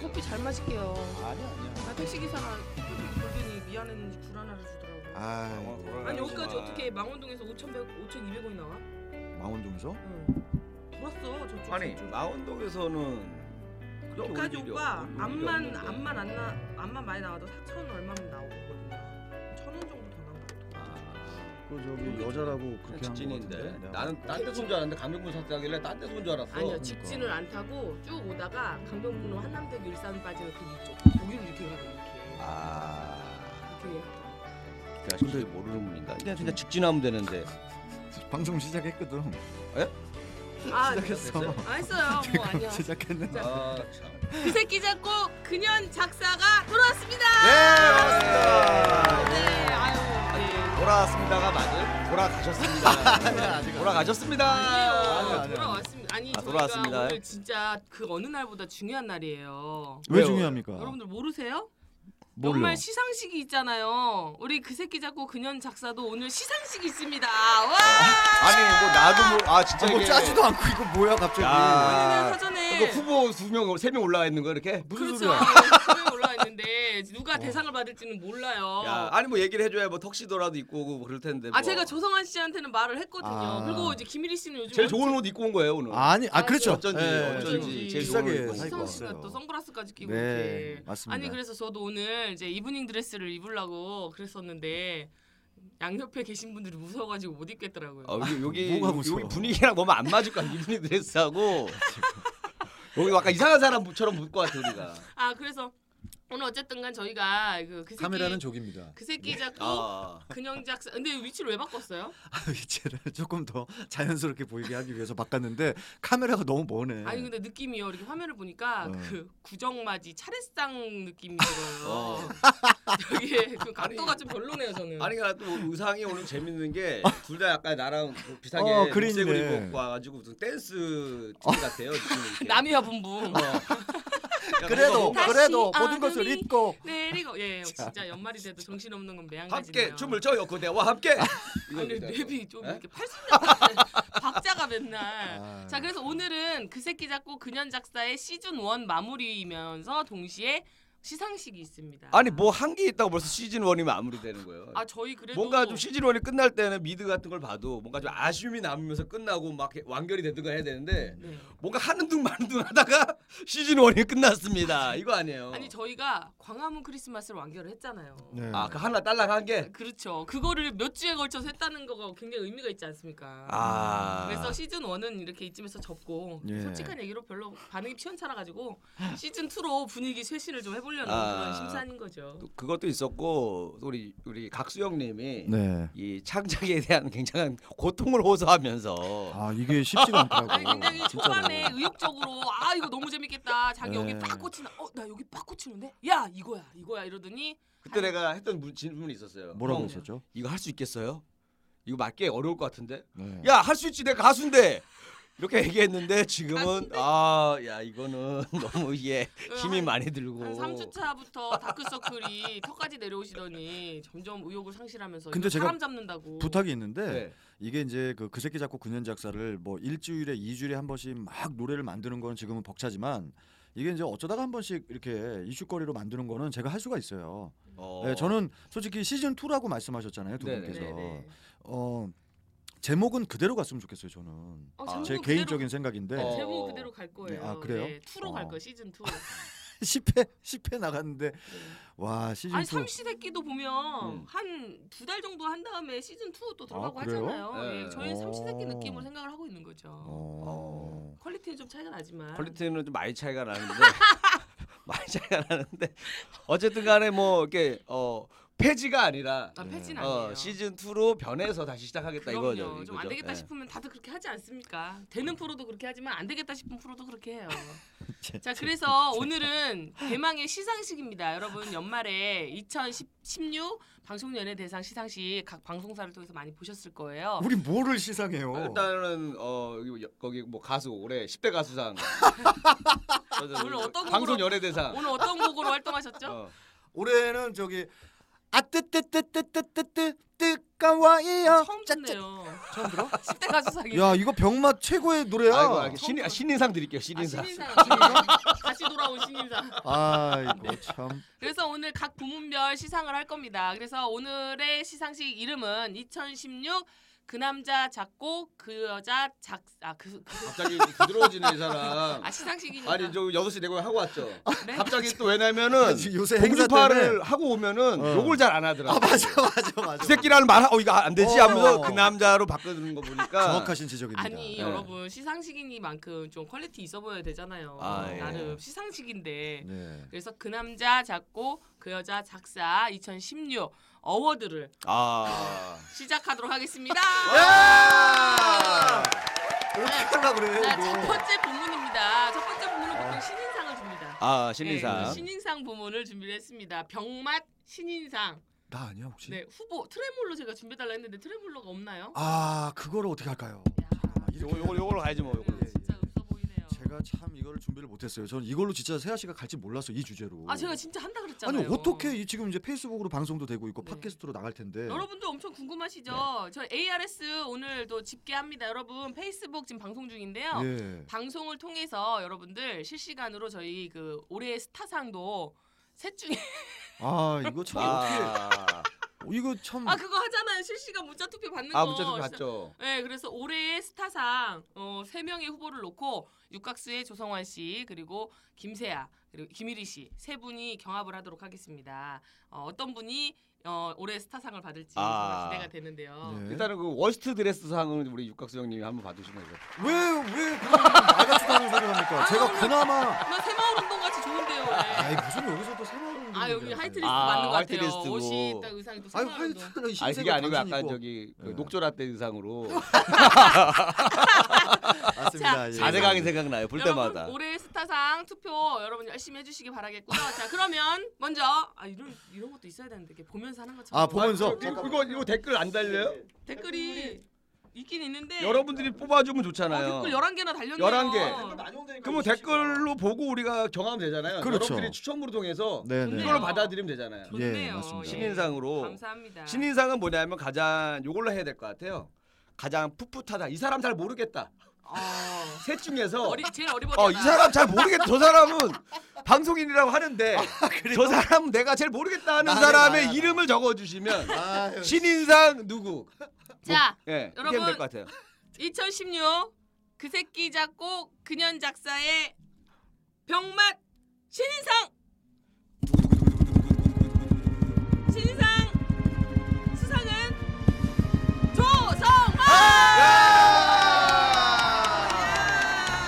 커피 어, 잘 마실게요. 아니야 아니야. 나 택시기사가 커피 돌더니 미안했는지 불안 하나 주더라고. 어, 아, 돌아가는 아니 여기까지 동안. 어떻게 망원동에서 5,100, 5,200원이 나와? 망원동에서? 응. 돌았어 저쪽. 아니 저쪽. 마운동에서는 그렇게 여기까지 올 일이 오빠 없- 올 일이 암만 없는데. 암만 안 나, 암만 많이 나와도 4천 얼마면 나오거든요. 천 원 정도 더 나온 것 같아. 아, 그 저기 여자라고 그렇게 한거 직진인데 같은데. 내가 나는 딴 데서 온 줄 알았는데 강경문 사태하길래 딴 데서 온 줄 알았어. 아니요 직진을 안 타고 쭉 오다가 강변북로 한남대교 일산 빠지는 그 위쪽 거기로 이렇게 가는 이렇게 아, 이렇게 가요. 내가 그러니까 진짜 모르는 분인가. 음. 그냥 그냥 직진하면 되는데. 방송 시작했거든. 아, 시작했어. 아 했어요 뭐 아니야. 시작했는데. 아 참. 그 새끼 잡고 그년 작사가 돌아왔습니다. 네, 반갑습니다. 네 아유 돌아왔습니다가 맞을? 돌아가셨습니다. 돌아가셨습니다. 네. 아니요. 돌아왔습니다. 아니 아, 저희가 돌아왔습니다. 오늘 진짜 그 어느 날보다 중요한 날이에요. 왜 왜요? 중요합니까? 여러분들 모르세요? 아. 몰라. 연말 시상식이 있잖아요. 우리 그 새끼 잡고 그년 작사도 오늘 시상식이 있습니다. 와! 아니 뭐 나도 뭐아 진짜 아, 뭐 이게- 짜지도 않고 이거 뭐야 갑자기. 야. 우리는 이거 사전에 그 후보 두명세명 올라와 있는 거 이렇게. 무슨 그렇죠. 소리야? 후보에 올라와 있는데 누가 대상을 받을지는 몰라요. 야, 아니 뭐 얘기를 해줘야 뭐 턱시도라도 입고 오고 뭐 그럴 텐데. 뭐. 어. 아 제가 조성환 씨한테는 말을 했거든요. 아. 그리고 이제 김일희 씨는 요즘 제일 좋은 옷 입고 온 거예요 오늘. 아니, 아 아니, 그렇죠. 어쩐지, 예, 어쩐지 제일 비싸게 좋은 걸 사고 시상 씨가 왔어요. 또 선글라스까지 끼고 네, 이렇게. 맞습니다. 아니 그래서 저도 오늘 이제 이브닝 드레스를 입으려고 그랬었는데 양옆에 계신 분들이 무서워가지고 못 입겠더라고요. 아, 여기 여기, 뭐가 무서워. 여기 분위기랑 너무 안 맞을 거야 이분이 드레스하고. 여기 약간 이상한 사람처럼 묻고 같아 우리가. 아 그래서 오늘 어쨌든간 저희가 그, 그 새끼 카메라는 저기입니다. 그 새끼 잡고 아. 근형 작사. 근데 위치를 왜 바꿨어요? 위치를 조금 더 자연스럽게 보이게 하기 위해서 바꿨는데 카메라가 너무 머네. 아니 근데 느낌이요. 이렇게 화면을 보니까 어. 그 구정맞이 차례상 느낌이 들어요. 되게 좀 각도가 좀 별로네요 저는. 아니 그러니까 나또 의상이 오늘 재밌는 게 둘 다 약간 나랑 뭐 비슷하게 아. 어, 그린이네. 녹색을 입고 갖고 와가지고 무슨 댄스 팀 같아요. 지금 이렇게. 남이와 분부. 어. 약간 그래도 뭔가 다시 그래도 모든 것을 아름이- 잊고 내리고 예 진짜 연말이 돼도 정신 없는 건 매한가지네요. 함께 춤을 춰요 그대와 함께. 아니 이겁니다. 랩이 좀 에? 이렇게 80년대 박자가 맨날. 아. 자 그래서 오늘은 그 새끼 잡고 그년 작사의 시즌 1 마무리이면서 동시에 시상식이 있습니다. 아니 뭐 한 게 있다고 벌써 시즌 1이면 마무리되는 거예요. 아 저희 그래도 뭔가 좀 시즌 1이 끝날 때는 미드 같은 걸 봐도 뭔가 좀 아쉬움이 남으면서 끝나고 막 이렇게 완결이 되든가 해야 되는데 네. 뭔가 하는 둥 마는 둥 하다가 시즌 1이 끝났습니다. 이거 아니에요. 아니 저희가 광화문 크리스마스를 완결을 했잖아요. 네. 아 그 하나 딸랑 한 게. 그렇죠. 그거를 몇 주에 걸쳐서 했다는 거가 굉장히 의미가 있지 않습니까? 아. 그래서 시즌 1은 이렇게 이쯤에서 접고 예. 솔직한 얘기로 별로 반응이 피연찮아 가지고 시즌 2로 분위기 쇄신을 좀 해보려는 아. 그런 심사인 거죠. 또 그것도 있었고 또 우리 우리 각수형님이 네. 이 창작에 대한 굉장한 고통을 호소하면서 아 이게 쉽지가 않더라고. 아니 굉장히 진짜로. 초반에 의욕적으로 아 이거 너무 재밌겠다 자기 네. 여기 빡 꽂히나 어나 여기 빡 꽂히는데 야 이거야 이거야 이러더니 그때 내가 했던 문- 질문이 있었어요. 뭐라고 음. 형, 했었죠? 이거 할 수 있겠어요? 이거 맞게 어려울 것 같은데. 네. 야 할 수 있지 내가 가수인데. 이렇게 얘기했는데 지금은 아 야 이거는 너무 이게 힘이 많이 들고 한 3주 차부터 다크서클이 턱까지 내려오시더니 점점 의욕을 상실하면서 근데 이거 제가 사람 잡는다고 부탁이 있는데 네. 이게 이제 그, 그 새끼 자꾸 근현 작사를 뭐 일주일에 이주일에한 번씩 막 노래를 만드는 건 지금은 벅차지만 이게 이제 어쩌다가 한 번씩 이렇게 이슈거리로 만드는 거는 제가 할 수가 있어요. 어. 네, 저는 솔직히 시즌 2라고 말씀하셨잖아요, 두 네네. 분께서. 네네. 어 제목은 그대로 갔으면 좋겠어요, 저는. 어, 아, 제목은 제 그대로- 개인적인 생각인데 어. 제목 그대로 갈 거예요. 네, 아, 그래요? 네, 2로 갈 어. 거예요. 시즌 2. 10회 10회 나갔는데 와 시즌 네. 아니 2 삼시세끼도 보면 음. 한 두 달 정도 한 다음에 시즌 2 또 들어가고 그래요? 하잖아요. 네. 예, 저희 어. 삼시세끼 느낌으로 생각을 하고 있는 거죠. 어. 퀄리티는 좀 차이가 나지만 퀄리티는 좀 많이 차이가 나는데 많이 차이가 나는데 어쨌든 간에 뭐 이렇게 어 폐지가 아니라 아, 패진 아니에요. 어, 시즌 2로 변해서 다시 시작하겠다 이거죠. 그럼요. 이거죠. 좀 안 되겠다 예. 싶으면 다들 그렇게 하지 않습니까? 되는 프로도 그렇게 하지만 안 되겠다 싶은 프로도 그렇게 해요. 제- 자, 그래서 오늘은 대망의 시상식입니다. 여러분 연말에 2016 방송연예 대상 시상식 각 방송사를 통해서 많이 보셨을 거예요. 우리 뭐를 시상해요? 아, 일단은 어 여기 여- 거기 뭐 가수 올해 10대 가수상. 저는 오늘 어떤 방송 곡으로- 연예 대상. 오늘 어떤 곡으로 활동하셨죠? 어. 올해는 저기 아뜨뜨뜨뜨뜨뜨뜨 뜨까와이요. 아, 처음 듣네요. 어, 처음 들어? 그때 가수상이. 아, 아, 야 이거 병맛 최고의 노래야. 아이고, 알겠- 신인 아, 신인상 드릴게요. 아, 신인상. 신인상. 다시 돌아온 맞습니다. 아이고 뭐 참. 그래서 오늘 각 부문별 시상을 할 겁니다. 그래서 오늘의 시상식 이름은 2016 그 남자 작고 그 여자 작아그 갑자기 부드러워지네 이 사람. 아, 시상식이니까 아니 저 6시 내고 하고 왔죠. 네? 갑자기 또 왜냐면은 요새 행사 때문에. 공주파를 하고 오면은 어. 욕을 잘 안 하더라. 아 맞아 맞아 이 맞아. 새끼라는 말, 어 이거 안 되지 하면서 어. 그 남자로 바꿔주는 거 보니까 정확하신 지적입니다. 네. 아니 예. 여러분 시상식이니만큼 좀 퀄리티 있어 보여야 되잖아요. 아, 예. 나름 시상식인데 네. 그래서 그 남자 작고 그 여자 작사 2016 어워드를 아. 시작하도록 하겠습니다. 야! 이렇게 하려고 그래. 자, 첫 이거. 번째 부문입니다. 첫 번째 부문은 보통 신인상을 줍니다. 아 네, 신인상. 그 신인상 부문을 준비를 했습니다. 병맛 신인상. 나 아니야 혹시? 네, 후보 트레몰로 제가 준비해달라 했는데 트레몰로가 없나요? 아 그거를 어떻게 할까요? 야, 요거 요거 요걸로 가야지 뭐. 요걸로. 네, 진짜 없어 보이네요. 예, 제가 참 이거를 준비를 못했어요. 저는 이걸로 진짜 세아 씨가 갈지 몰랐어 이 주제로. 아, 제가 진짜 한다 뭐. 아니 그랬잖아요. 어떻게 이 지금 이제 페이스북으로 방송도 되고 있고 네. 팟캐스트로 나갈 텐데. 여러분도 엄청 궁금하시죠? 저 ARS 오늘도 집계합니다. 여러분 페이스북 지금 방송 중인데요. 예. 방송을 통해서 여러분들 실시간으로 저희 그 올해의 스타상도 셋 중에 아 이거 참 어떻게 아. 이거 참 아 그거 하잖아요. 실시간 문자 투표 받는 아 거. 문자 좀 진짜 봤죠. 네, 그래서 올해의 스타상 어, 3명의 후보를 놓고 육각수의 조성환 씨 그리고 김세아 그리고 김일희 씨 세 분이 경합을 하도록 하겠습니다. 어, 어떤 분이 어, 올해 스타상을 받을지 아. 정말 기대가 되는데요. 네. 일단은 그 워스트 드레스 상은 우리 육각수 형님이 한번 받으시면 돼요. 왜왜 말같다는 소리를 아, 합니까? 제가 그나마 정말 새마을 운동 같이 좋은데요. 아이 오늘. 무슨 여기서 또 새로운 아 여기 하이트리스트 아, 맞는 것 같아요. 하이트리스트고. 옷이 딱 의상이 또 아이 새마을 운동. 화이트는 아니 그게 아니고 약간 저기 그 네. 녹조라 때 의상으로 자, 맞습니다. 예. 자세강이 네. 생각나요 볼 때마다. 여러분 올해 스타상 투표 여러분 열심히 해주시기 바라겠고요. 자 그러면 먼저 아 이런 이런 것도 있어야 되는데 이렇게 보면서 하는 것처럼. 아, 보면서? 아, 이거 이거- 이거 댓글 안 달려요? 댓글이 있긴 있는데 여러분들이 뽑아주면 네. 어, 좋잖아요. 댓글 11개나 달렸네요. 11 개. 그러면 댓글로 보고 우리가 경험하면 되잖아요. 그렇죠. 여러분들이 추첨으로 통해서 네네. 좋네요. 이걸로 받아들이면 되잖아요. 예, 좋네요. 예, 맞습니다. 신인상으로. 감사합니다. 신인상은 뭐냐면 가장 요걸로 해야 될 것 같아요. 가장 풋풋하다. 이 사람 잘 모르겠다. 어. 셋 중에서 어리 제일 어리버리. 어, 이 사람 잘 모르겠다. 저 사람은 방송인이라고 하는데 저 사람 내가 제일 모르겠다 하는 아, 나네, 사람의 나야, 네. 나. 이름을 적어주시면 아유. 신인상 누구? 자, 예, 이렇게 여러분. 하면 될것 같아요. 2016 그 새끼 작고 그년 작사의 병맛 신인상 신인상 수상은 조성환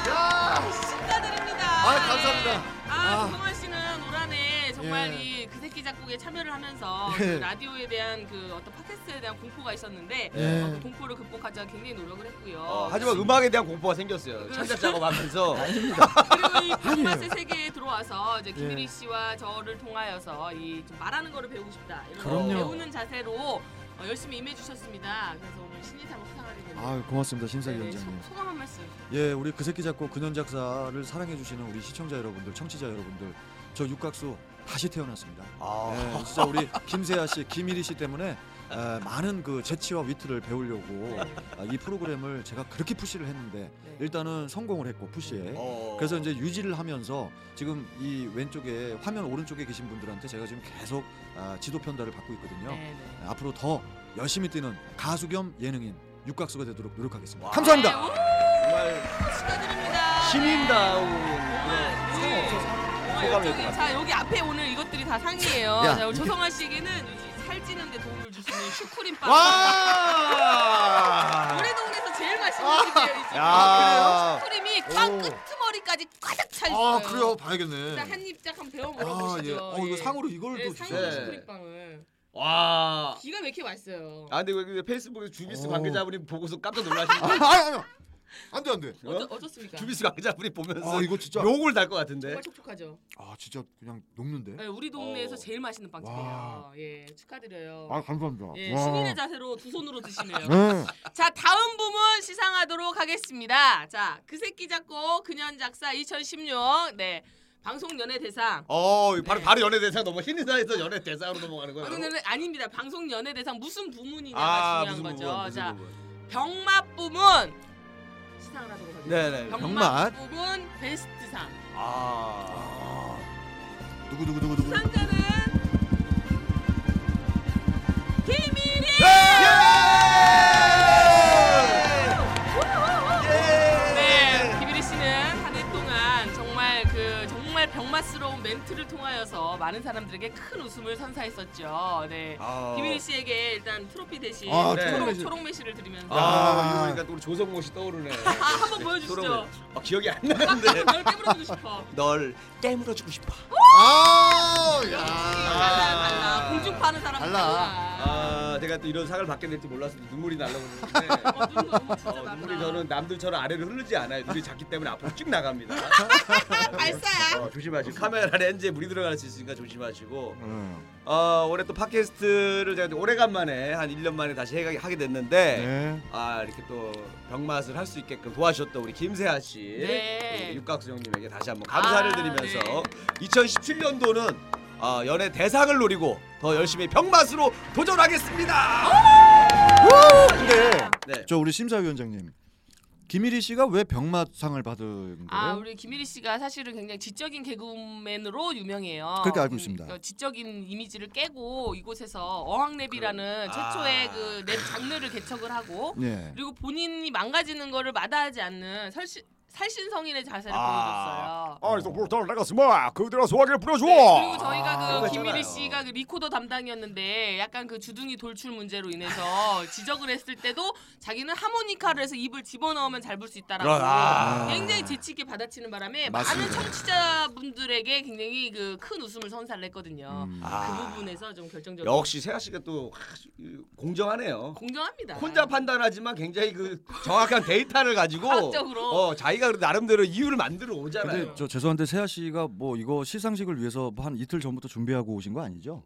야! 축하드립니다. 아, 감사합니다. 아, 아. 조성환 씨는 올 한해 정말 예. 이 그 새끼 작곡에 참여를 하면서 그 예. 라디오에 대한 그 어떤 팟캐스트에 대한 공포가 있었는데 예. 어, 그 공포를 극복하자 굉장히 노력을 했고요. 어, 하지만 음악에 대한 공포가 생겼어요. 창작 작업하면서 그리고 이 빅마스 아니에요. 세계에 들어와서 이제 김일희 예. 씨와 저를 통하여서 이 좀 말하는 거를 배우고 싶다 이런 그럼요. 거 배우는 자세로 어, 열심히 임해주셨습니다. 그래서 오늘 신인상 수상하게 됐네요. 아유 고맙습니다 네, 심사위원장님. 소- 소감 한 말씀. 예, 우리 그 새끼 작고 근현 작사를 사랑해 주시는 우리 시청자 여러분들, 청취자 여러분들, 저 육각수 다시 태어났습니다. 아, 예, 진짜 우리 김세아 씨, 김일희 씨 때문에 에, 많은 그 재치와 위트를 배우려고 아, 이 프로그램을 제가 그렇게 푸시를 했는데 네. 일단은 성공을 했고 푸시에 어. 네. 그래서 이제 유지를 하면서 지금 이 왼쪽에 화면 오른쪽에 계신 분들한테 제가 지금 계속 아, 지도 편달을 받고 있거든요. 네, 네. 앞으로 더 열심히 뛰는 가수 겸 예능인 육각수가 되도록 노력하겠습니다. 와. 감사합니다. 네, 오, 정말 축하드립니다. 신인다운 그런 정말, 예. 정말 소감이 열정이- 있을 것 자 여기 앞에 오늘 이것들이 다 상이에요. 야, 자, 우리 이게- 조성환 씨에게는 이 살찌는데 도움을 주시는 슈크림 빵. 와! 우리 동네에서 제일 맛있는 집이에요. 이 집. 야. 슈크림이 빵 아, 오. 끝머리까지 꽉 차 있어요. 아 그래요 봐야겠네. 자, 한 입 쫙 한번 배워 아 먹어보시죠. 예. 어 이거 예. 상으로 이걸 예, 또 상으로 주세요. 주세요. 네. 슈크림빵을 와. 기가 막히게 맛있어요. 아 근데 왜 주비스 주비스 오. 관계자분이 보고서 깜짝 네. 아, 놀라시는데? 아니 아니 안돼 안돼. 어? 어쩌, 어떻습니까? 주비스 관계자분이 보면서 아 이거 진짜 욕을 달 것 네. 같은데. 정말 촉촉하죠. 아 진짜 그냥 녹는데. 예, 우리 동네에서 어. 제일 맛있는 빵집이에요. 와. 예, 축하드려요. 아 감사합니다. 예, 와. 신인의 자세로 두 손으로 드시네요. 네. 자 다음 부문 시상하도록 하겠습니다. 자그 새끼 작곡 그년 작사 2016네 방송 연예 대상. 어, 바로 네. 바로 연예 대상 넘어 신인사에서 연예 대상으로 넘어가는 거예요. 방송 연예 아닙니다. 방송 연예 대상 무슨 부문이냐가 아, 중요한 무슨 거죠. 부분? 무슨 자 부분? 병맛 부문 시상을 하도록 하겠습니다. 네, 네. 병맛, 병맛. 부문 베스트상. 아. 누구 누구 누구 누구. 상자는 비밀이. 예! 아. 네, 김일희 씨는 한 해 동안 정말 그 정말 병맛스러운 멘트를 통하여서 많은 사람들에게 큰 웃음을 선사했었죠. 네. 아. 김일희 씨에게 일단 트로피 대신 아, 네. 초록, 초록매실. 초록 매실을 드리면서 아, 이거 보니까 또 우리 조성모 씨 떠오르네. 아, 한번 보여주시죠. 조성모. 아, 기억이 안 나는데. 널 깨물어주고 싶어. 널 깨물어 주고 싶어. 아, 달라 야. 달라. 공중 파는 사람 달라. 달라. 아, 제가 또 이런 상을 받게 될지 몰라서 눈물이 날라고 그러는데. 어, 눈물, 어머, 진짜 어, 눈물이 난다. 저는 남들처럼 아래로 흐르지 않아요. 눈이 작기 때문에 앞으로 쭉 나갑니다. 발사야. 어, 조심하시고 카메라 렌즈에 물이 들어갈 수 있으니까 조심하시고. 음, 어, 올해 또 팟캐스트를 제가 또 오래간만에 한 1년 만에 다시 해- 하게 됐는데 네. 아 이렇게 또 병맛을 할 수 있게끔 도와주셨던 우리 김세아 씨, 네. 우리 육각수 형님에게 다시 한번 감사를 아, 드리면서 네. 2017년도는 아, 연애 대상을 노리고 더 열심히 병맛으로 도전하겠습니다. 근데 네. 저 우리 심사위원장님 김일희 씨가 왜 병맛상을 받은 거예요? 아 우리 김일희 씨가 사실은 굉장히 지적인 개그맨으로 유명해요. 그렇게 알고 음, 있습니다. 어, 지적인 이미지를 깨고 이곳에서 어학랩이라는 그럼. 최초의 아. 그랩 장르를 개척을 하고 예. 그리고 본인이 망가지는 거를 마다하지 않는 설신 살신성인의 아. 자세를 보여줬어요. 아이소 뭐 볼터를 내가 스마 그들아 소화기를 뿌려줘 네, 그리고 저희가 아, 그 그거 김일희 있잖아요. 씨가 그 리코더 담당이었는데 약간 그 주둥이 돌출 문제로 인해서 지적을 했을 때도 자기는 하모니카를 해서 입을 집어넣으면 잘 불 수 있다라고 아. 굉장히 재치 있게 받아치는 바람에 많은 맞습니다. 청취자분들에게 굉장히 그 큰 웃음을 선사를 했거든요. 음. 그 아, 부분에서 좀 결정적으로 역시 세아 씨가 또 아주 공정하네요. 공정합니다. 혼자 판단하지만 굉장히 그 정확한 데이터를 가지고 과학적으로. 어, 자기가 그래도 나름대로 이유를 만들어 근데 오잖아요. 저 죄송한데 세아 씨가 뭐 이거 시상식을 위해서 뭐한 이틀 전부터 준비하고 오신 거 아니죠?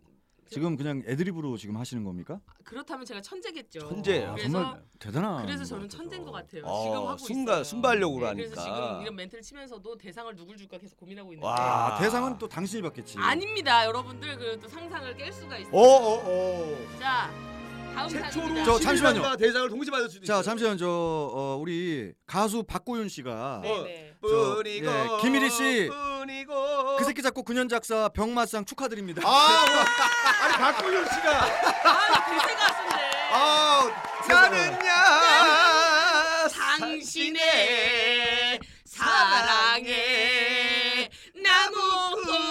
지금 그냥 애드립으로 지금 하시는 겁니까? 그렇다면 제가 천재겠죠. 천재예요. 음. 아, 그래서 정말 대단한. 그래서 것 저는 같아요. 천재인 것 같아요. 어, 지금 하고 순간- 있어요. 네, 순발력으로 그래서 하니까. 지금 이런 멘트를 치면서도 대상을 누굴 줄까 계속 고민하고 있는데 와. 아, 대상은 또 당신이 받겠지. 아닙니다. 여러분들 그또 상상을 깰 수가 있어요. 오오오. 자, 다음 최초로 상입니다. 저- 11 잠시만요. 명과 대상을 동시에 받을 수도 있어요. 자 잠시만 저 어, 우리 가수 박고윤 씨가 네, 네. 저, 뿐이고 예, 김일희 씨. 뿐이고 그 새끼 작곡 근현작사 병맛상 축하드립니다. 아 아니 박구윤 씨가 아, 글쎄 가수인데. 아 세상에. 나는야 당신의 사랑에 나무꾼.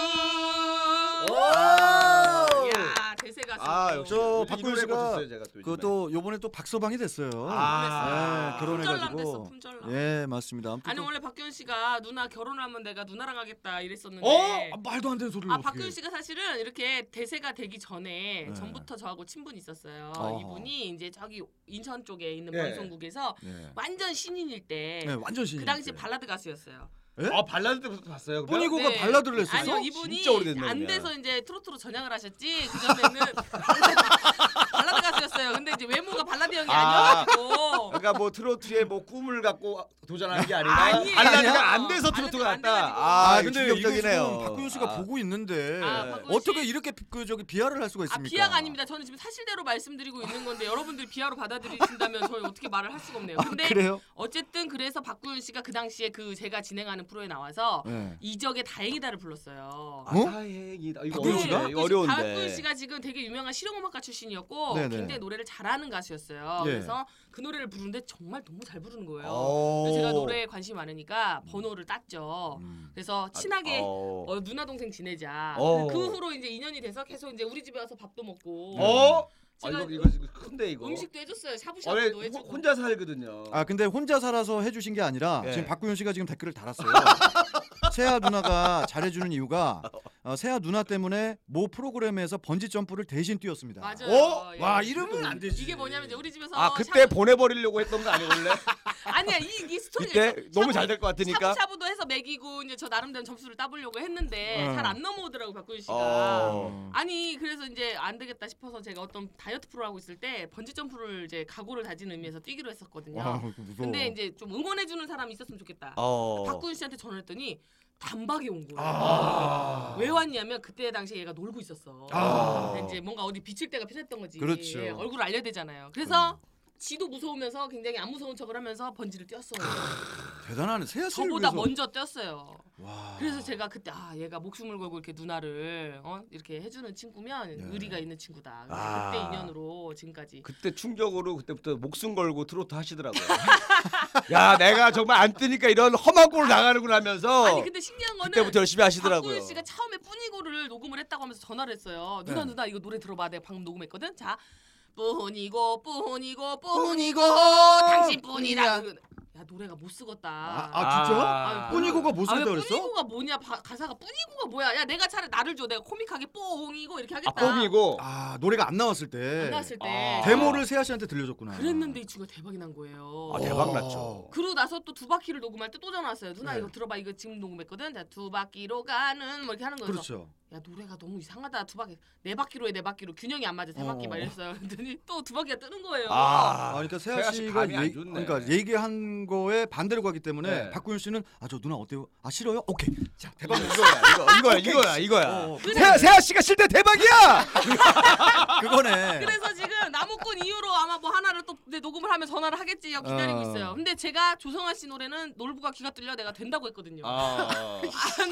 야, 대세 가수. 아 역시 저 이 박구윤 노래 씨가 꽂혔어요, 제가 또 요즘에. 그또 요번에 또 박서방이 됐어요. 아, 예, 결혼해 품절남 됐어, 가지고. 품절남. 예, 맞습니다. 아무튼 아니 또- 원래 박규현 씨가 누나 결혼하면 내가 누나랑 하겠다 이랬었는데. 아, 말도 안 되는 소리를 아 어떻게 박근 씨가 사실은 이렇게 대세가 되기 전에 네. 전부터 저하고 친분이 있었어요. 어허. 이분이 이제 저기 인천 쪽에 있는 네. 방송국에서 네. 완전 신인일 때. 네, 완전 신. 그 당시 발라드 가수였어요. 아 발라드 때부터 봤어요. 그러면? 네. 뿐이고가 발라드를 했었어? 아니요, 이분이 진짜 오래됐네, 안 그러면. 돼서 이제 트로트로 전향을 하셨지. 그 전에는 발라드 가수였어요. 근데 이제 외모가 발라드 형이 아. 아니어가지고 그러니까 뭐 트로트에 뭐 꿈을 갖고 도전하는 게 아니라 아니에요. 발라드가 안 돼서 발라드가 트로트가 안 갔다. 돼가지고. 아, 아, 이거 근데 이거 충격적이네요. 지금 박근우 씨가 아. 보고 있는데 아, 박근우 어떻게 씨? 이렇게 비- 그 저기 비하를 할 수가 아 있습니까? 비하가 아닙니다. 저는 지금 사실대로 말씀드리고 있는 건데 여러분들이 비하로 받아들이신다면 저희 어떻게 말을 할 수가 없네요. 아, 근데 그래요? 어쨌든 그래서 박구윤 씨가 그 당시에 그 제가 진행하는 프로에 나와서 네. 이적의 다행이다를 불렀어요. 네, 그 아, 어? 다행이다. 이거 박구윤 씨가? 네, 어려운데. 이거 어려운데. 박구윤 씨가 그 지금 되게 유명한 실용음악가 출신이었고 네네. 굉장히 노래를 잘하는 가수였어요. 예. 그래서 그 노래를 부르는데 정말 너무 잘 부르는 거예요. 오. 그래서 제가 노래에 관심이 많으니까 번호를 땄죠. 음. 그래서 친하게 어. 어, 누나 동생 지내자. 어. 그 후로 이제 인연이 돼서 계속 이제 우리 집에 와서 밥도 먹고 어? 아, 제가 이거 이거 지금 큰데 이거. 음식도 해줬어요. 아, 왜 샤브샤브도 호- 해주고. 혼자 살거든요. 아 근데 혼자 살아서 해주신 게 아니라 예. 지금 박구윤 씨가 지금 댓글을 달았어요. 세아 누나가 잘해주는 이유가 어, 세아 누나 때문에 모 프로그램에서 번지 점프를 대신 뛰었습니다. 맞아요. 어? 예. 와 이러면 안 되지. 이게 뭐냐면 이제 우리 집에서 아 그때 샤브- 보내버리려고 했던 거 아니에요 원래? 아니야 이, 이 스토리가 이때 있어. 너무 샤브- 잘 될 것 같으니까. 샤브샤브도 해서 먹이고 이제 저 나름대로 점수를 따보려고 했는데 어. 잘 안 넘어오더라고 박구윤 씨가. 어. 아니 그래서 이제 안 되겠다 싶어서 제가 어떤 다이어트 프로 하고 있을 때 번지 점프를 이제 각오를 다진 의미에서 뛰기로 했었거든요. 와 무서워. 근데 이제 좀 응원해 주는 사람이 있었으면 좋겠다. 어. 박구윤 씨한테 전화했더니 단박에 온 거예요. 아. 왜 왔냐면 그때 당시에 얘가 놀고 있었어. 아. 근데 이제 뭔가 어디 비칠 때가 필요했던 거지. 그렇죠. 예, 얼굴 알려야 되잖아요. 그래서 지도 무서우면서 굉장히 안 무서운 척을 하면서 번지를 뛰었어요. 대단하네. 세아 씨를 저보다 위해서- 먼저 뛰었어요. 와. 그래서 제가 그때 아 얘가 목숨을 걸고 이렇게 누나를 어? 이렇게 해주는 친구면 네. 의리가 있는 친구다. 그래서 아. 그때 인연으로 지금까지 그때 충격으로 그때부터 목숨 걸고 트로트 하시더라고요. 야 내가 정말 안 뜨니까 이런 험한 꼴 나가는구나 하면서 아니 근데 신기한 거는 그때부터 열심히 하시더라고요. 박구윤 씨가 처음에 뿌니고를 녹음을 했다고 하면서 전화를 했어요. 누나 네. 누나 이거 노래 들어봐. 내가 방금 녹음했거든. 자. 뿌니고 뿌니고 뿌니고 뿐이고 당신 뿐이라. 야 노래가 못 쓰겄다. 아, 진짜? 아유, 뿌니고가 못 아왜 쓴다 그랬어? 뿌니고가 뭐냐 바- 가사가 뿌니고가 뭐야 야 내가 차라리 나를 줘 내가 코믹하게 뽕이고 이렇게 하겠다 아범이고 아 노래가 안 나왔을 때. 안 나왔을 때 아. 데모를 세아 씨한테 들려줬구나. 그랬는데 이 친구가 대박이 난 거예요 어. 아, 대박 났죠. 그러고 나서 또 두 바퀴를 녹음할 때 또 전화 왔어요 누나 네. 이거 들어봐 이거 지금 녹음했거든 자, 두 바퀴로 가는 뭐 이렇게 하는 거예요 그래서 그렇죠. 야 노래가 너무 이상하다 두 바퀴 네 바퀴로 해네 바퀴로 균형이 안 맞아 세 어. 바퀴 막 이랬어요 그랬더니 또 두 바퀴가 뜨는 거예요 아, 아, 그러니까 세아 세아 씨 씨가 감이 안 얘, 좋네. 그러니까 얘기한 거에 반대로 가기 때문에 네. 박구윤 씨는 아 저 누나 어때요? 아 싫어요? 오케이. 자 대박. 이거야 이거야 이거야 이거야. 어, 어, 세아 세아 씨가 실대 대박이야. 그거네. 그래서 지금 나무꾼 이후로 아마 뭐 하나를 또 이제 녹음을 하면 전화를 하겠지 하고 기다리고 어. 있어요. 근데 제가 조성아 씨 노래는 놀부가 귀가 뚫려 내가 된다고 했거든요. 아,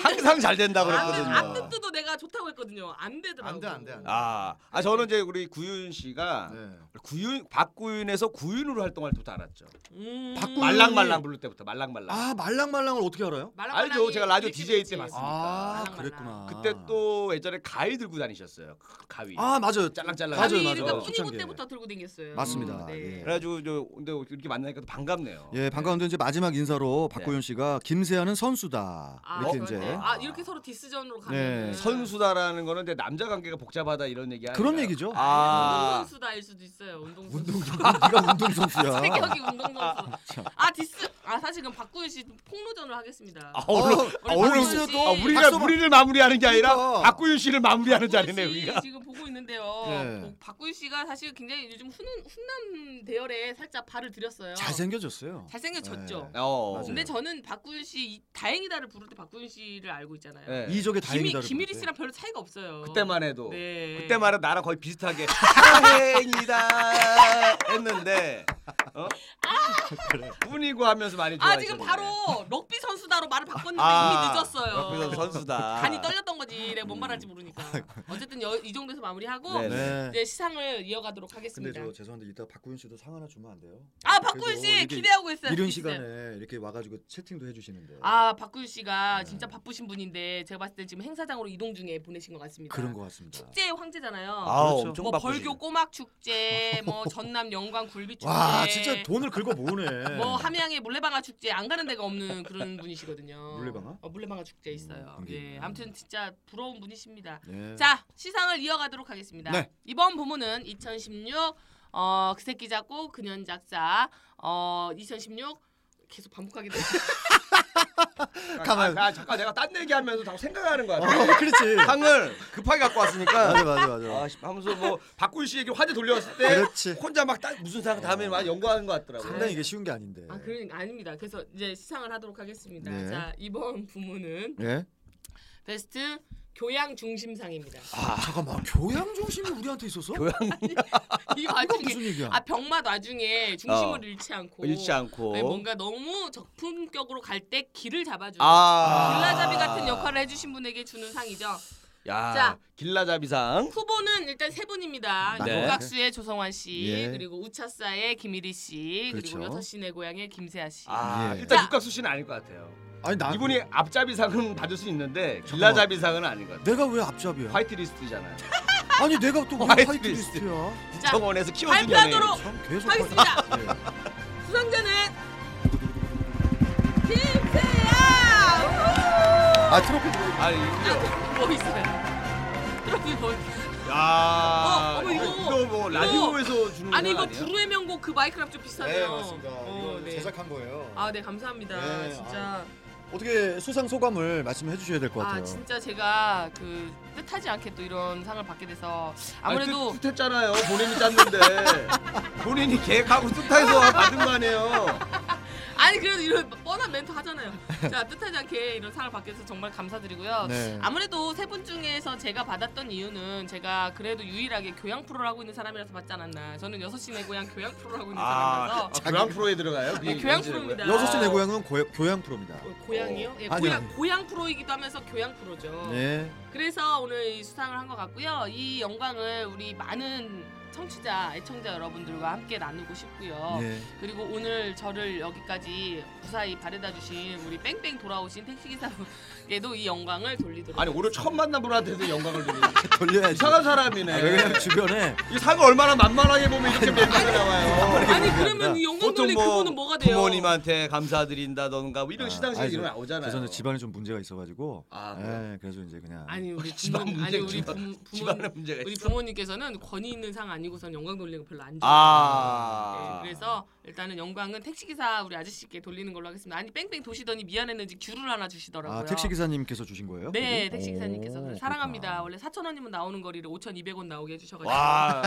항상 잘 된다 안, 돼, 아. 그랬거든요. 안 듣도 내가 좋다고 했거든요. 안 되더라고. 안 돼, 안 돼, 안 돼. 아, 아 저는 이제 우리 구윤 씨가 네. 구윤 박구윤에서 구윤으로 활동할 때부터 알았죠. 음. 바꾸- 말랑말랑 부를 때부터 말랑말랑. 아 말랑말랑을 어떻게 알아요? 말랑말랑이 알죠. 제가 라디오 일찍 DJ 때 일찍. 봤어요. 아 말랑말랑. 그랬구나. 그때 또 예전에 가위 들고 다니셨어요. 그 가위. 아 맞아요. 짤랑짤랑. 아니, 맞아요, 그러니까 맞아요. 그러니까 뿌니고 초창기에. 때부터 들고 댕겼어요. 음, 네. 맞습니다. 예. 그래가지고 저 근데 이렇게 만나니까 또 반갑네요. 예 반가운데 이제 마지막 인사로 박구윤 씨가 김세아는 선수다 아, 이렇게 그러네. 이제 아 이렇게 서로 디스전으로 가면 네. 선수다라는 거는 근데 남자 관계가 복잡하다 이런 얘기 네. 아니에요? 그런 얘기죠. 아, 운동선수다일 수도 있어요. 운동선수. 운동 네가 운동 선수야. 어, 성격이 운동선수. 아 디스. 아 사실 그럼 박구윤 씨 폭로전을 하겠습니다. 아, 오늘 우리 아, 오늘 박구윤 씨. 아, 우리가 우리를 마무리하는 게 아니라 그러니까. 박구윤 씨를 마무리하는 박구윤 자리네 씨 우리가. 지금 보고 있는데요. 네. 뭐, 박구윤 씨가 사실 굉장히 요즘 훈, 훈남 대열에 살짝 발을 들였어요. 잘생겨졌어요. 네. 잘생겨졌죠. 어. 맞아요. 근데 저는 박구윤 씨 이- 다행이다를 부를 때 박구윤 씨를 알고 있잖아요. 네. 이적의 그 김이, 다행이다. 김일희 씨랑 별로 차이가 없어요. 그때만 뭐, 해도 네. 그때만 해도 나랑 거의 비슷하게 다행이다 했는데 어? 뿐이고 하면서 많이 좋아했 아 지금 바로 럭비 선수다로 말을 바꿨는데 아, 이미 늦었어요. 선수다. 간이 떨렸던 거지. 내가 뭔 말할지 모르니까. 어쨌든 여- 이 정도에서 마무리하고 네. 아. 네. 이제 시상을 이어가도록 하겠습니다. 죄송한데 이따 박구윤 씨도 상 하나 주면 안 돼요? 아 박구윤 씨 그래도 이게 기대하고 있어요. 이른 기대했어요. 시간에 이렇게 와가지고 채팅도 해주시는데. 아 박구윤 씨가 네. 진짜 바쁘신 분이데 제가 봤을 때 지금 행사장으로 이동 중에 보내신 것 같습니다. 그런 것 같습니다. 축제의 황제잖아요. 아, 그렇죠. 엄청 뭐 바쁘시네. 벌교 꼬막 축제, 뭐 전남 영광 굴비 축제, 와 진짜 돈을 긁어 모으네. 네. 뭐 함양의 물레방아 축제 안 가는 데가 없는 그런 분이시거든요. 물레방아? 어, 물레방아 축제 있어요. 음, 거기. 예, 아무튼 진짜 부러운 분이십니다. 네. 자 시상을 이어가도록 하겠습니다. 네. 이번 부문은 2016 어, 그 새끼 작고 그년 작사 어, 2016 계속 반복하게 돼. 가만. 아, 아, 잠깐 내가 딴 얘기하면서 자꾸 생각하는 거야. 어, 그렇지. 상을 급하게 갖고 맞아 왔으니까. 맞아 맞아. 아, 네. 씨, 하면서 뭐 박구윤 씨에게 화제 돌려왔을 때 그렇지. 혼자 막 딴- 무슨 상 다음에 많이 연구하는 것 같더라고. 상당히 이게 쉬운 게 아닌데. 아 그러니까 아닙니다. 그래서 이제 시상을 하도록 하겠습니다. 네. 자 이번 부문은 예. 베스트 교양 중심상입니다. 아 잠깐만 교양 중심이 우리한테 있어서? 교양 이 이건 와중에 무슨 얘기야? 아 병맛 와중에 중심을 어. 잃지 않고 잃지 않고. 어? 네, 뭔가 너무 적품격으로 갈 때 길을 잡아주는 아. 길라잡이 같은 역할을 해주신 분에게 주는 상이죠. 야, 자. 길라잡이상. 후보는 일단 세 분입니다. 네. 조각수의 조성환 씨, 예. 그리고 우차사의 김일희 씨, 그리고 그렇죠. 여섯 시내 고향의 김세아 씨. 아, 예. 일단 자. 육각수 씨는 아닐 것 같아요. 아니 나 이분이 앞잡이상은 받을 수 있는데 잠깐만. 길라잡이상은 아닌 것 같아요. 내가 왜 앞잡이야? 화이트 리스트잖아요. 아니 내가 또 화이트 왜 화이트 리스트. 리스트야? 자, 국정원에서 키워준 발표하도록 연예인. 참 계속 하겠습니다. 화이트- 예. 수상자는 김세아. 아 트로피 들어있- 아니, 이거. 우! 뭐 있어요? 트로피 뭐? 야, 어, 어머, 이거- 뭐 라디오에서 음, 주는 아니 거 이거 아니야? 불후의 명곡 그 마이크랑 좀 어, 비슷하네요. 이거 제작한 거예요. 아, 네 감사합니다. 네, 진짜 어떻게 수상 소감을 말씀해 주셔야 될 것 아 같아요. 진짜 제가 그 뜻하지 않게 또 이런 상을 받게 돼서 아무래도 아니, 뜻, 뜻했잖아요. 본인이 짰는데 본인이 계획하고 뜻해서 받은 거 아니에요. 아, 아니 그래도 이런 뻔한 멘트 하잖아요. 자 뜻하지 않게 이런 상을 받게 돼서 정말 감사드리고요. 네. 아무래도 세 분 중에서 제가 받았던 이유는 제가 그래도 유일하게 교양 프로를 하고 있는 사람이라서 받지 않았나. 저는 6시 내 고향 교양 프로를 하고 있는 아, 사람이라서 아 교양 프로에 들어가요? 네, 그게 교양 뭔지 알고요? 프로입니다. 여섯 시내 고향은 고, 교양 프로입니다. 어, 고향이요? 예, 아니요, 고향, 아니요. 고향 프로이기도 하면서 교양 프로죠. 네. 그래서 오늘 이 수상을 한 것 같고요. 이 영광을 우리 많은 청취자, 애청자 여러분들과 함께 나누고 싶고요. 네. 그리고 오늘 저를 여기까지 무사히 바래다 주신 우리 뺑뺑 돌아오신 택시기사분께도 이 영광을 돌리도록 아니 오늘 처음 만난 분한테도 영광을 드리는 돌려야지. 이상한 아, 사람이네. 왜냐면 주변에 이 상을 얼마나 만만하게 보면 이렇게 멘트가 나와요. 아니 그러면 이 영광 돌리 그거는 뭐가 돼요? 부모님한테 감사드린다던가 뭐 이런 아, 시상식 아니, 이런 거 저- 나오잖아요. 죄송한데 집안에 좀 문제가 있어가지고. 아, 그래요? 네, 그래서 이제 그냥. 아니 우리 부모, 집안 문제 아니 우리 집안- 부모, 집안에 부모 문제가 우리 있어. 부모님께서는 권위 있는 상 아니고선 영광 돌리는 거 별로 안 좋아해요. 아. 네, 그래서 일단은 영광은 택시기사 우리 아저씨께 돌리는 걸로 하겠습니다. 아니 뺑뺑 도시더니 미안했는지 귤을 하나 주시더라고요. 아, 택시 기사님께서 주신 거예요? 네, 거기? 택시 기사님께서 오, 그래서 그렇구나. 사랑합니다. 원래 4천 원이면 나오는 거리를 5,200원 나오게 해주셔가지고. 아, 와,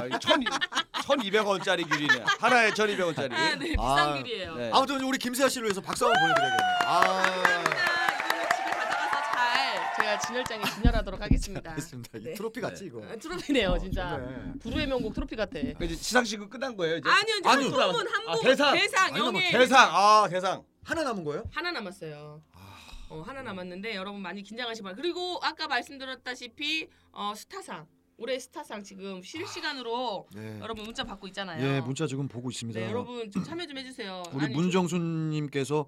1,200원짜리 귤이네. 하나에 1,200원짜리. 아, 네, 아, 비싼 귤이에요. 네. 아무튼 우리 김세아 씨를 위해서 박수 한번 보내드려야겠네요. 감사합니다. 아, 이거는 집에 가져가서 잘 제가 진열장에 진열하도록 하겠습니다. 알겠습니다. 이 네. 트로피 같이 이거. 아, 트로피네요, 어, 진짜. 좋네. 부르의 명곡 트로피 같아. 그 이제 시상식은 끝난 거예요, 이제. 아니요, 이제 아니요. 한 분은 한 아, 분. 대상. 대상, 아니, 뭐 영예. 대상. 아, 대상. 하나 남은 거예요? 하나 남았어요. 어, 하나 남았는데 여러분 많이 긴장하시기 바랍니다. 그리고 아까 말씀드렸다시피 어, 스타상 올해 스타상 지금 실시간으로 아. 네. 여러분 문자 받고 있잖아요. 예, 문자 지금 보고 있습니다. 네, 여러분 좀 참여 좀 해주세요. 우리 아니, 문정수님께서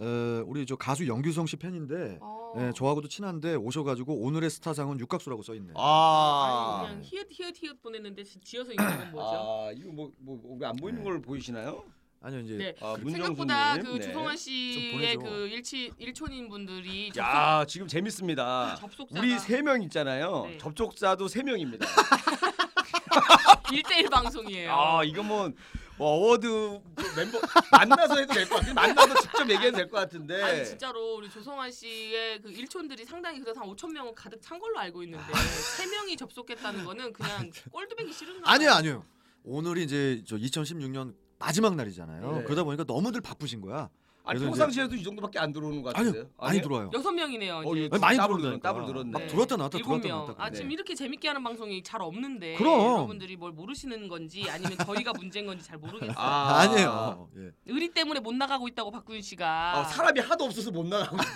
에, 우리 저 가수 영규성 씨 팬인데 저- 어. 예, 저하고도 친한데 오셔가지고 오늘의 스타상은 육각수라고 써있네. 아. 아. 아니, 그냥 히읗 히읗 히읗 보내는데 지- 지어서 읽는 건 뭐죠? 아, 이거 뭐 뭐왜안 보이는 네. 걸 보이시나요? 아니요 이제 네. 아, 생각보다 문정수님. 그 조성환 좀 씨의 보내줘. 그 일치 일촌인 분들이 접속, 야, 지금 재밌습니다. 접속자가 우리 세 명 있잖아요. 네. 접촉자도 세 명입니다. 1대1 방송이에요. 아, 이거 뭐, 뭐 어워드 멤버 만나서 해도 될 것 같은데 만나서 직접 얘기해도 될 것 예. 같은데. 아니 진짜로 우리 조성환 씨의 그 일촌들이 상당히 그래서 한 5천 명은 가득 찬 걸로 알고 아. 있는데 세 명이 접속했다는 거는 그냥 꼴드배기 싫은가? 봐요. 아니요 아니요 오늘이 이제 저 2016년 마지막 날이잖아요. 네. 그러다 보니까 너무들 바쁘신 거야. 아니, 그래서 평상시에도 이 정도밖에 안 들어오는 것 같은데. 아니요 예? 많이 들어와요. 여섯 명이네요. 어, 이제. 이거 많이 따블로 들어온다니까. 따블로 들었네. 막 네. 들어왔다 나왔다 일곱 들어왔다 명. 나왔다. 아 지금 네. 이렇게 재밌게 하는 방송이 잘 없는데 그럼. 여러분들이 뭘 모르시는 건지 아니면 저희가 문제인 건지 잘 모르겠어요. 아, 아, 아니에요. 예. 의리 때문에 못 나가고 있다고 박구윤 씨가 아, 사람이 하도 없어서 못 나가고 있다.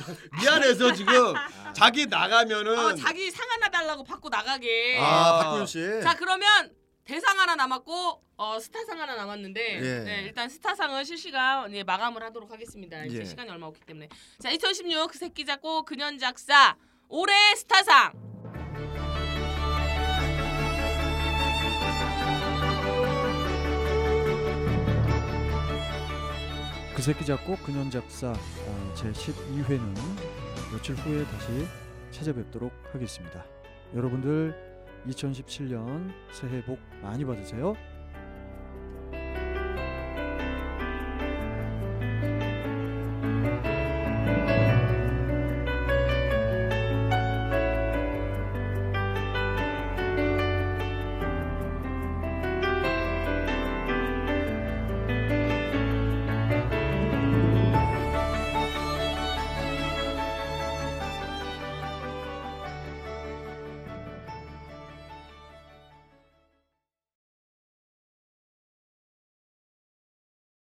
미안해서 지금 자기 나가면은 어, 자기 상 하나 달라고 받고 나가게. 아 박구윤 씨. 자 그러면 대상 하나 남았고 어, 스타상 하나 남았는데 예. 네, 일단 스타상은 실시간 예, 마감을 하도록 하겠습니다. 이제 예. 시간이 얼마 없기 때문에 자2016 그 새끼 작고 그년 작사 올해 의 스타상 그 새끼 작곡 그년 작사 어, 제 12회는 며칠 후에 다시 찾아뵙도록 하겠습니다. 여러분들 2017년 새해 복 많이 받으세요.